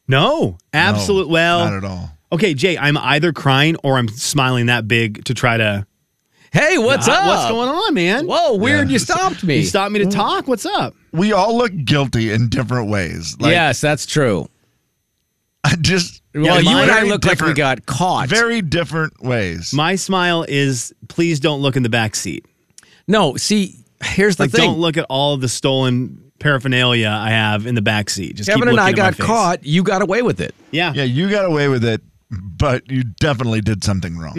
[SPEAKER 5] No, absolutely.
[SPEAKER 4] No,
[SPEAKER 5] well,
[SPEAKER 4] not at all.
[SPEAKER 5] Okay, Jay, I'm either crying or I'm smiling that big to try to.
[SPEAKER 3] Hey, what's
[SPEAKER 5] Uh,
[SPEAKER 3] up?
[SPEAKER 5] What's going on, man?
[SPEAKER 3] Whoa, weird! You stopped me.
[SPEAKER 5] You stopped me to talk. What's up?
[SPEAKER 4] We all look guilty in different ways. Like,
[SPEAKER 3] yes, that's true.
[SPEAKER 4] I just
[SPEAKER 3] well, you and I
[SPEAKER 4] very
[SPEAKER 3] look like we
[SPEAKER 4] different-
[SPEAKER 3] got caught.
[SPEAKER 4] very different ways.
[SPEAKER 5] My smile is please don't look in the back seat.
[SPEAKER 3] no, see, here's the
[SPEAKER 5] Like,
[SPEAKER 3] thing.
[SPEAKER 5] don't look at all the stolen paraphernalia I have in the back seat. Just
[SPEAKER 3] Kevin
[SPEAKER 5] keep
[SPEAKER 3] and I
[SPEAKER 5] looking at my
[SPEAKER 3] got
[SPEAKER 5] face.
[SPEAKER 3] caught. You got away with it.
[SPEAKER 5] Yeah.
[SPEAKER 4] yeah, you got away with it, but you definitely did something wrong.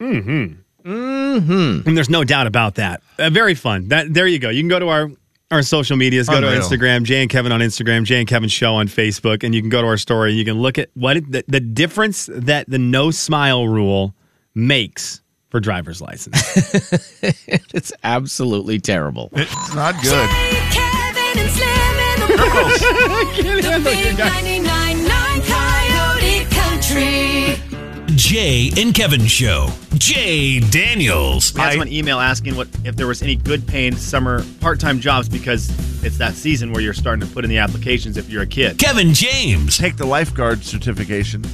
[SPEAKER 5] Mm-hmm. And there's no doubt about that. Uh, very fun. That there you go. You can go to our our social medias, go to
[SPEAKER 4] Unreal.
[SPEAKER 5] our Instagram, Jay and Kevin on Instagram, Jay and Kevin Show on Facebook, and you can go to our story. and You can look at what it, the, the difference that the no smile rule makes for driver's license.
[SPEAKER 3] It's absolutely terrible.
[SPEAKER 4] It's not good.
[SPEAKER 6] Kevin and Slim in
[SPEAKER 4] Oh
[SPEAKER 6] the The big 99.9 Coyote Country.
[SPEAKER 7] Jay and Kevin Show. Jay Daniels.
[SPEAKER 10] We had someone email asking what if there was any good paying summer part time jobs because it's that season where you're starting to put in the applications if you're a kid.
[SPEAKER 7] Kevin James.
[SPEAKER 4] Take the lifeguard certification.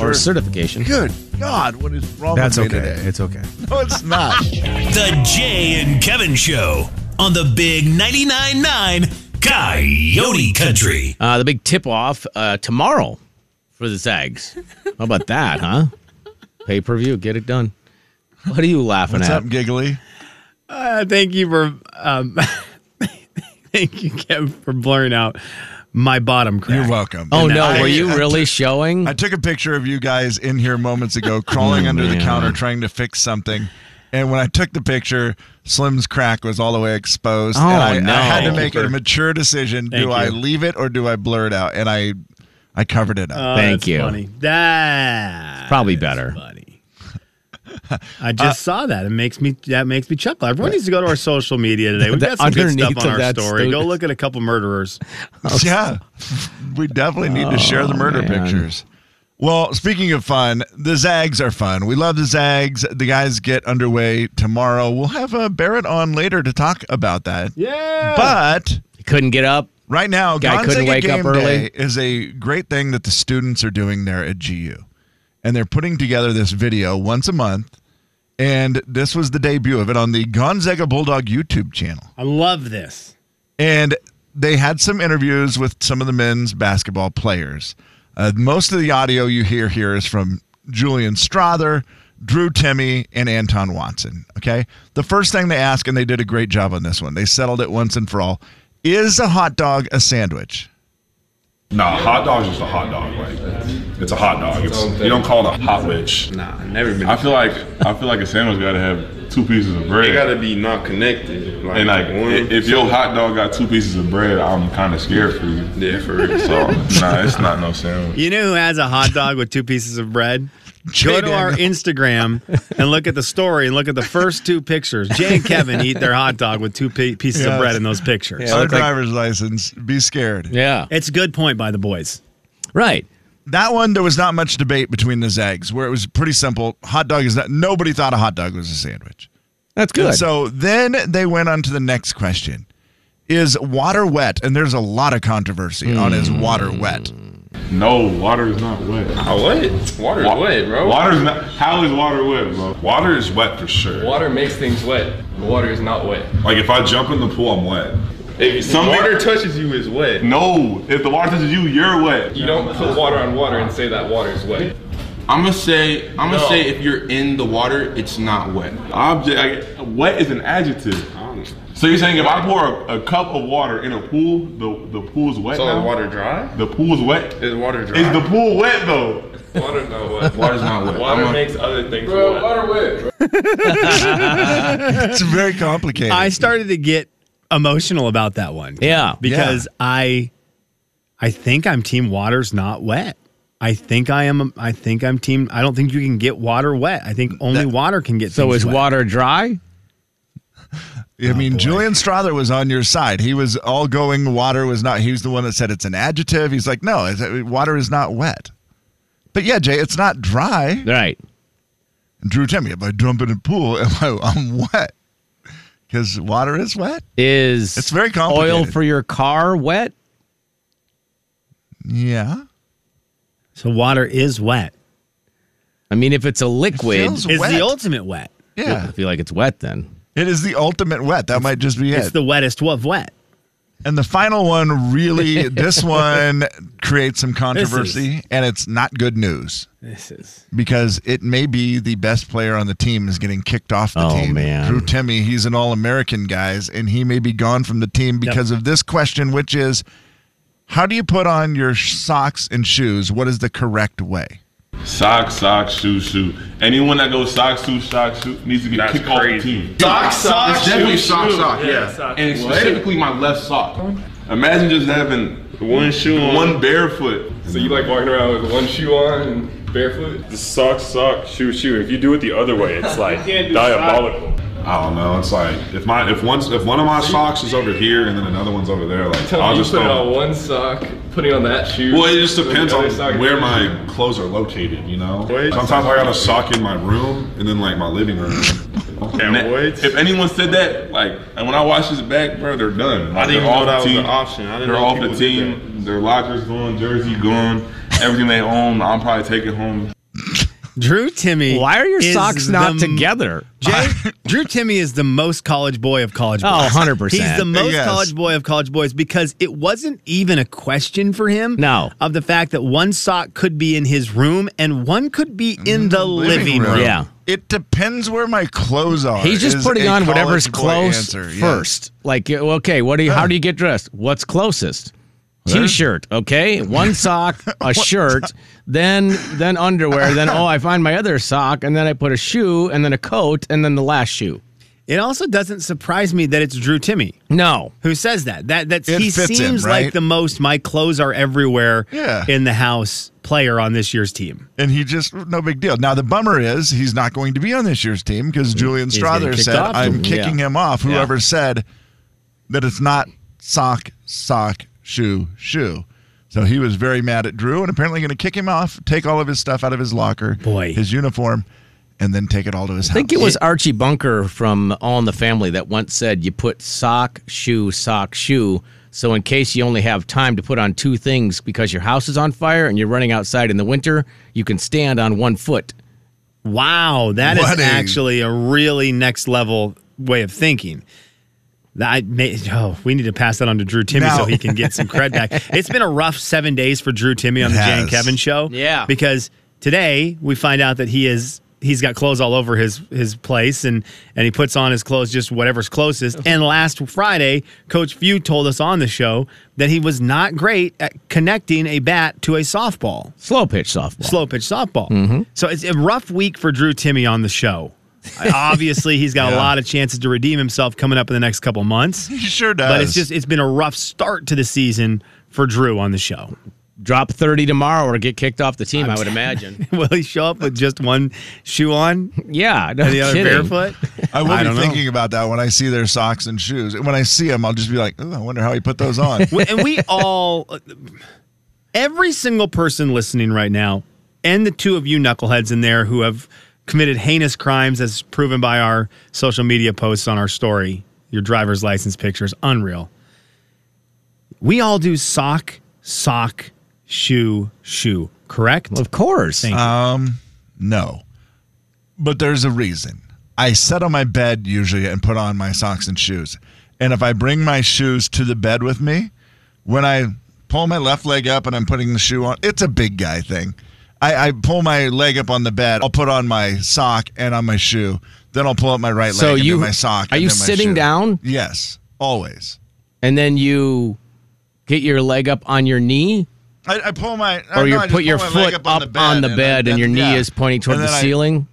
[SPEAKER 3] Or certification.
[SPEAKER 4] Good God, what is wrong with me today?
[SPEAKER 8] It's okay.
[SPEAKER 4] No, it's not.
[SPEAKER 7] The Jay and Kevin Show on the Big 99.9 Coyote Country.
[SPEAKER 3] Uh, the big tip off uh, tomorrow for the Zags. How about that, huh? Pay per view, get it done. What are you laughing
[SPEAKER 4] What's
[SPEAKER 3] at?
[SPEAKER 4] up, giggly?
[SPEAKER 5] uh, thank you for um, thank you Kevin for blurring out my bottom crack.
[SPEAKER 4] You're welcome.
[SPEAKER 3] Oh
[SPEAKER 4] And
[SPEAKER 3] no,
[SPEAKER 4] I-
[SPEAKER 3] were you
[SPEAKER 4] I
[SPEAKER 3] really
[SPEAKER 4] took-
[SPEAKER 3] showing?
[SPEAKER 4] I took a picture of you guys in here moments ago,
[SPEAKER 3] Oh,
[SPEAKER 4] crawling under the counter trying to fix something. And when I took the picture, Slim's crack was all the way exposed.
[SPEAKER 3] Oh,
[SPEAKER 4] and I,
[SPEAKER 3] no.
[SPEAKER 4] I had to
[SPEAKER 3] Thank you
[SPEAKER 4] make a mature decision.
[SPEAKER 5] Thank
[SPEAKER 4] do I
[SPEAKER 5] you.
[SPEAKER 4] leave it or do I blur it out? And I I covered it up.
[SPEAKER 5] Oh,
[SPEAKER 3] Thank
[SPEAKER 5] that's
[SPEAKER 3] you.
[SPEAKER 5] Funny. That
[SPEAKER 3] Probably
[SPEAKER 5] is
[SPEAKER 3] better. Uh,
[SPEAKER 5] Funny. I just saw that. It makes me that makes me chuckle. Everyone needs to go to our social media today. We've
[SPEAKER 3] The
[SPEAKER 5] got some good
[SPEAKER 3] underneath
[SPEAKER 5] stuff on
[SPEAKER 3] of
[SPEAKER 5] our
[SPEAKER 3] that
[SPEAKER 5] story.
[SPEAKER 3] stu-
[SPEAKER 5] Go look at a couple murderers.
[SPEAKER 4] yeah. we definitely need to share the murder
[SPEAKER 3] Oh. man.
[SPEAKER 4] pictures. Well, speaking of fun, the Zags are fun. We love the Zags. The guys get underway tomorrow. We'll have uh, Barrett on later to talk about that.
[SPEAKER 5] Yeah.
[SPEAKER 4] But
[SPEAKER 3] Couldn't get up.
[SPEAKER 4] Right now,
[SPEAKER 3] Guy
[SPEAKER 4] Gonzaga
[SPEAKER 3] couldn't wake up
[SPEAKER 4] Game
[SPEAKER 3] early.
[SPEAKER 4] Day is a great thing that the students are doing there at GU. And they're putting together this video once a month. And this was the debut of it on the Gonzaga Bulldog YouTube channel.
[SPEAKER 5] I love this.
[SPEAKER 4] And they had some interviews with some of the men's basketball players. Uh, most of the audio you hear here is from Julian Strother, Drew Timmy, and Anton Watson. Okay. The first thing they ask, and they did a great job on this one, they settled it once and for all is a hot dog a sandwich?
[SPEAKER 11] Nah, hot dog's just a hot dog. Like it's a hot dog. It's, you don't call it a hot witch.
[SPEAKER 12] Nah, never been.
[SPEAKER 11] I feel like I feel like a sandwich gotta have two pieces of bread.
[SPEAKER 12] They gotta be not connected.
[SPEAKER 11] and like, i- if your hot dog got two pieces of bread, I'm kind of scared for you.
[SPEAKER 12] Yeah, for real.
[SPEAKER 11] So nah, it's not no sandwich.
[SPEAKER 5] You know who has a hot dog with two pieces of bread?
[SPEAKER 4] Jay
[SPEAKER 5] Go to our Instagram and look at the story and look at the first two pictures. Jay and Kevin eat their hot dog with two pi- pieces
[SPEAKER 4] Yeah.
[SPEAKER 5] of bread in those pictures.
[SPEAKER 3] Yeah.
[SPEAKER 4] Our
[SPEAKER 3] look like-
[SPEAKER 4] driver's license. Be scared.
[SPEAKER 3] Yeah.
[SPEAKER 5] It's a good point by the boys.
[SPEAKER 3] Right.
[SPEAKER 4] That one, there was not much debate between the Zags, where it was pretty simple. Hot dog is not. Nobody thought a hot dog was a sandwich.
[SPEAKER 3] That's good.
[SPEAKER 4] So then they went on to the next question: Is water wet? And there's a lot of controversy on
[SPEAKER 3] Hmm.
[SPEAKER 4] is water wet.
[SPEAKER 11] No, water is not wet.
[SPEAKER 12] Ah, what? Water's
[SPEAKER 11] Wa-
[SPEAKER 12] wet, bro.
[SPEAKER 11] Water's not. How is water wet, bro? Water is wet for sure.
[SPEAKER 13] Water makes things wet. Water is not wet.
[SPEAKER 11] Like if I jump in the pool, I'm wet.
[SPEAKER 13] If
[SPEAKER 11] Some-
[SPEAKER 13] water touches you, is wet.
[SPEAKER 11] No, if the water touches you, you're wet.
[SPEAKER 13] You don't put water on water and say that water is wet.
[SPEAKER 12] I'm gonna say, I'm gonna
[SPEAKER 13] No.
[SPEAKER 12] say, if you're in the water, it's not wet.
[SPEAKER 11] Object. I, wet is an adjective.
[SPEAKER 12] So you're saying if I pour a, a cup of water in a pool, the the pool's wet
[SPEAKER 13] So is
[SPEAKER 12] now?
[SPEAKER 13] water dry?
[SPEAKER 12] The pool's wet.
[SPEAKER 13] Is water dry?
[SPEAKER 12] Is the pool wet though?
[SPEAKER 13] Water's not wet.
[SPEAKER 12] Water's not wet.
[SPEAKER 13] Water
[SPEAKER 12] I'm a-
[SPEAKER 13] makes other things bro, wet. Water wet.
[SPEAKER 4] it's very complicated.
[SPEAKER 5] I started to get emotional about that one.
[SPEAKER 3] Yeah.
[SPEAKER 5] Because I I think I'm team water's not wet. I think I am I think I'm team I don't think you can get water wet. I think only water can get
[SPEAKER 4] So
[SPEAKER 5] things
[SPEAKER 4] is
[SPEAKER 5] wet.
[SPEAKER 3] water dry?
[SPEAKER 4] I
[SPEAKER 3] Oh,
[SPEAKER 4] mean, Julian Strother was on your side. He was all going. Water was not. He was the one that said it's an adjective. He's like, no, it's, uh, water is not wet. But yeah, Jay, it's not dry.
[SPEAKER 3] Right.
[SPEAKER 4] And Drew, tell me, if I jump in a pool, am I, I'm wet? Because water is wet.
[SPEAKER 3] Is
[SPEAKER 4] It's very complicated.
[SPEAKER 3] oil for your car wet?
[SPEAKER 4] Yeah.
[SPEAKER 5] So water is wet.
[SPEAKER 3] I mean, if it's a liquid,
[SPEAKER 5] It's the ultimate wet.
[SPEAKER 4] Yeah.
[SPEAKER 3] I feel like it's wet then.
[SPEAKER 4] It is the ultimate wet. That might just be it.
[SPEAKER 5] It's the wettest of wet.
[SPEAKER 4] And the final one really, this one creates some controversy, and it's not good news
[SPEAKER 5] This is
[SPEAKER 4] because it may be the best player on the team is getting kicked off the team.
[SPEAKER 3] man.
[SPEAKER 4] Drew Timmy, he's an All American, guys, and he may be gone from the team because of this question, which is how do you put on your socks and shoes? What is the correct way?
[SPEAKER 12] Sock, sock, shoe, shoe. Anyone that goes sock, shoe, sock, shoe needs to get kicked off the team.
[SPEAKER 13] Sock, sock,
[SPEAKER 12] It's definitely
[SPEAKER 13] shoe,
[SPEAKER 12] sock,
[SPEAKER 13] shoe.
[SPEAKER 12] sock,
[SPEAKER 13] Yeah,
[SPEAKER 12] yeah.
[SPEAKER 13] sock.
[SPEAKER 12] And
[SPEAKER 13] What?
[SPEAKER 12] specifically my left sock. Imagine just having one shoe,
[SPEAKER 13] on.
[SPEAKER 12] one barefoot.
[SPEAKER 13] So you like walking around with one shoe on and barefoot? The sock, sock, shoe, shoe. If you do it the other way, it's like diabolical.
[SPEAKER 12] I don't know. It's like if my if once if one of my socks is over here and then another one's over there, like
[SPEAKER 13] Tell
[SPEAKER 12] I'll
[SPEAKER 13] me you
[SPEAKER 12] just
[SPEAKER 13] put
[SPEAKER 12] throw.
[SPEAKER 13] on one sock, putting on that shoe.
[SPEAKER 12] Well, it just
[SPEAKER 13] then the
[SPEAKER 12] depends
[SPEAKER 13] other
[SPEAKER 12] on
[SPEAKER 13] sock,
[SPEAKER 12] where
[SPEAKER 13] the other shoe.
[SPEAKER 12] my clothes are located. You know, sometimes I got a sock in my room and then like my living room. And that- If anyone said that, like, and when I watch this back, bro, they're done. Like,
[SPEAKER 13] I didn't
[SPEAKER 12] they're
[SPEAKER 13] know
[SPEAKER 12] off
[SPEAKER 13] that
[SPEAKER 12] the
[SPEAKER 13] was
[SPEAKER 12] team.
[SPEAKER 13] an option. I didn't
[SPEAKER 12] they're
[SPEAKER 13] know
[SPEAKER 12] off the
[SPEAKER 13] people did
[SPEAKER 12] team. Their lockers gone, jersey gone, everything they own. I'm probably taking home.
[SPEAKER 5] Drew Timmy.
[SPEAKER 3] Why are your
[SPEAKER 5] is
[SPEAKER 3] socks
[SPEAKER 5] the
[SPEAKER 3] not
[SPEAKER 5] m-
[SPEAKER 3] together?
[SPEAKER 5] Jay, Drew Timmy is the most college boy of college boys.
[SPEAKER 3] Oh, 100%.
[SPEAKER 5] He's the most
[SPEAKER 3] Yes.
[SPEAKER 5] college boy of college boys because it wasn't even a question for him.
[SPEAKER 3] No.
[SPEAKER 5] Of the fact that one sock could be in his room and one could be in the living room.
[SPEAKER 4] It depends where my clothes are.
[SPEAKER 3] He's just
[SPEAKER 4] is
[SPEAKER 3] putting
[SPEAKER 4] a
[SPEAKER 3] on whatever's
[SPEAKER 4] college boy
[SPEAKER 3] close
[SPEAKER 4] answer, yeah.
[SPEAKER 3] first. Like, okay, what do you, how do you get dressed? What's closest? T-shirt, okay, one sock, a shirt, then then underwear, then oh, I find my other sock, and then I put a shoe, and then a coat, and then the last shoe.
[SPEAKER 5] It also doesn't surprise me that it's Drew Timmy.
[SPEAKER 3] No.
[SPEAKER 5] Who says that? That that's
[SPEAKER 3] It
[SPEAKER 5] he
[SPEAKER 3] fits him,
[SPEAKER 5] seems like
[SPEAKER 3] right?
[SPEAKER 5] the most my clothes are everywhere
[SPEAKER 4] Yeah.
[SPEAKER 5] in the house player on this year's team.
[SPEAKER 4] And he just no big deal. Now the bummer is he's not going to be on this year's team because Julian
[SPEAKER 5] He's getting
[SPEAKER 4] Strother
[SPEAKER 5] kicked
[SPEAKER 4] said
[SPEAKER 5] off.
[SPEAKER 4] I'm
[SPEAKER 5] Yeah.
[SPEAKER 4] kicking him off.
[SPEAKER 5] Yeah.
[SPEAKER 4] Whoever said that it's not sock sock shoe shoe. So he was very mad at Drew and apparently going to kick him off, take all of his stuff out of his locker, boy, his uniform, and then take it all to his
[SPEAKER 3] I
[SPEAKER 4] house.
[SPEAKER 3] think it was Archie Bunker from All in the Family that once said, "You put sock, shoe, sock, shoe." So in case you only have time to put on two things because your house is on fire and you're running outside in the winter, you can stand on one foot.
[SPEAKER 5] Wow, that is
[SPEAKER 3] What a-
[SPEAKER 5] actually a really next level way of thinking. That I may, oh, we need to pass that on to Drew Timmy so
[SPEAKER 10] Now-
[SPEAKER 5] he can get some cred back. It's been a rough seven days for Drew Timmy on
[SPEAKER 10] It
[SPEAKER 5] the Jay and
[SPEAKER 10] has.
[SPEAKER 5] Kevin show.
[SPEAKER 10] Yeah.
[SPEAKER 5] because today we find out that he is he's got clothes all over his his place and and he puts on his clothes just whatever's closest. And last Friday, Coach Few told us on the show that he was not great at connecting a bat to a softball,
[SPEAKER 3] slow pitch softball,
[SPEAKER 5] slow pitch softball. So it's a rough week for Drew Timmy on the show. Obviously, he's got a
[SPEAKER 10] Yeah.
[SPEAKER 5] lot of chances to redeem himself coming up in the next couple months. He
[SPEAKER 4] sure
[SPEAKER 5] But it's
[SPEAKER 3] does.
[SPEAKER 5] just it's been a rough start to the season for Drew on the show.
[SPEAKER 3] Drop thirty tomorrow or get kicked off the team. I would imagine.
[SPEAKER 5] Will he show up with just one shoe on?
[SPEAKER 3] Yeah, no
[SPEAKER 5] and the other
[SPEAKER 3] kidding.
[SPEAKER 5] barefoot.
[SPEAKER 4] I will
[SPEAKER 5] I
[SPEAKER 4] be
[SPEAKER 5] don't know.
[SPEAKER 4] thinking about that when I see their socks and shoes. When I see them, I'll just be like, "Ooh, I wonder how he put those on."
[SPEAKER 5] We- and we all, every single person listening right now, and the two of you knuckleheads in there who have committed heinous crimes, as proven by our social media posts on our story, your driver's license pictures, unreal. We all do sock, sock, shoe, shoe. Correct? Of
[SPEAKER 3] course. Thank
[SPEAKER 5] you.
[SPEAKER 4] Um, no. But there's a reason. I sit on my bed usually and put on my socks and shoes. And if I bring my shoes to the bed with me, when I pull my left leg up and I'm putting the shoe on, it's a big guy thing. I, I pull my leg up on the bed. I'll put on my sock and on my shoe. Then I'll pull up my right
[SPEAKER 3] so
[SPEAKER 4] leg
[SPEAKER 3] you
[SPEAKER 4] and then my sock.
[SPEAKER 3] Are
[SPEAKER 4] and
[SPEAKER 3] you
[SPEAKER 4] then my
[SPEAKER 3] sitting
[SPEAKER 4] shoe.
[SPEAKER 3] down?
[SPEAKER 4] Yes, always.
[SPEAKER 3] And then you get your leg up on your knee,
[SPEAKER 4] I, I pull my I-
[SPEAKER 3] or
[SPEAKER 4] Uh, no,
[SPEAKER 3] you
[SPEAKER 4] I just
[SPEAKER 3] put your
[SPEAKER 4] pull my leg
[SPEAKER 3] foot up on the bed, and,
[SPEAKER 4] I- then-
[SPEAKER 3] your knee
[SPEAKER 4] yeah.
[SPEAKER 3] is pointing toward
[SPEAKER 4] And
[SPEAKER 3] the
[SPEAKER 4] then I-
[SPEAKER 3] ceiling.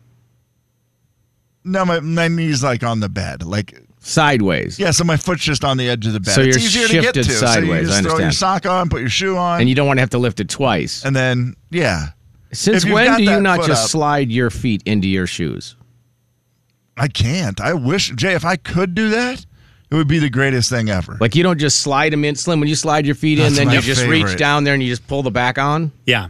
[SPEAKER 4] No, my, my knee's like on the bed, like
[SPEAKER 3] sideways.
[SPEAKER 4] Yeah, so my foot's just on the edge of the bed.
[SPEAKER 3] So
[SPEAKER 4] it's
[SPEAKER 3] you're
[SPEAKER 4] easier to get
[SPEAKER 3] shifted
[SPEAKER 4] to. so
[SPEAKER 3] sideways,
[SPEAKER 4] you just
[SPEAKER 3] I
[SPEAKER 4] throw your
[SPEAKER 3] understand.
[SPEAKER 4] sock on, put your shoe on,
[SPEAKER 3] and you don't want to have to lift it twice.
[SPEAKER 4] And then yeah.
[SPEAKER 3] Since
[SPEAKER 4] If you've
[SPEAKER 3] when
[SPEAKER 4] got
[SPEAKER 3] do you
[SPEAKER 4] that
[SPEAKER 3] not
[SPEAKER 4] foot
[SPEAKER 3] just
[SPEAKER 4] up-
[SPEAKER 3] slide your feet into your shoes?
[SPEAKER 4] I can't. I wish Jay, if I could do that, it would be the greatest thing ever.
[SPEAKER 3] Like you don't just slide them in, Slim. When you slide your feet
[SPEAKER 4] That's
[SPEAKER 3] in, then
[SPEAKER 4] my
[SPEAKER 3] you just reach
[SPEAKER 4] favorite.
[SPEAKER 3] down there and you just pull the back on.
[SPEAKER 5] Yeah.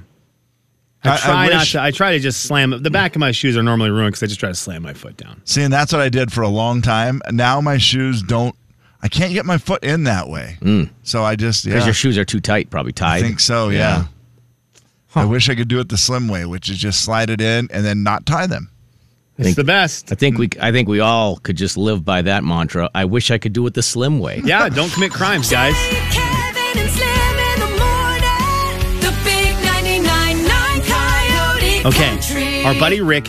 [SPEAKER 4] I-
[SPEAKER 5] I
[SPEAKER 4] I
[SPEAKER 5] try not
[SPEAKER 4] wish-
[SPEAKER 5] to. I try to just slam the back of my shoes are normally ruined because I just try to slam my foot down.
[SPEAKER 4] See, and that's what I did for a long time. Now my shoes don't. I can't get my foot in that way. So I just
[SPEAKER 3] Mm. Because
[SPEAKER 4] yeah.
[SPEAKER 3] your shoes are too tight, probably tied.
[SPEAKER 4] I think so. Yeah. I wish I could do it the slim way, which is just slide it in and then not tie them.
[SPEAKER 3] It's Think- the
[SPEAKER 5] best.
[SPEAKER 3] I think we I think we all could just live by that mantra. I wish I could do it the slim way.
[SPEAKER 5] Yeah, don't commit crimes, guys.
[SPEAKER 6] Kevin and Slim in the morning. The big 99.9 Coyote
[SPEAKER 5] Okay.
[SPEAKER 6] Country.
[SPEAKER 5] Our buddy Rick has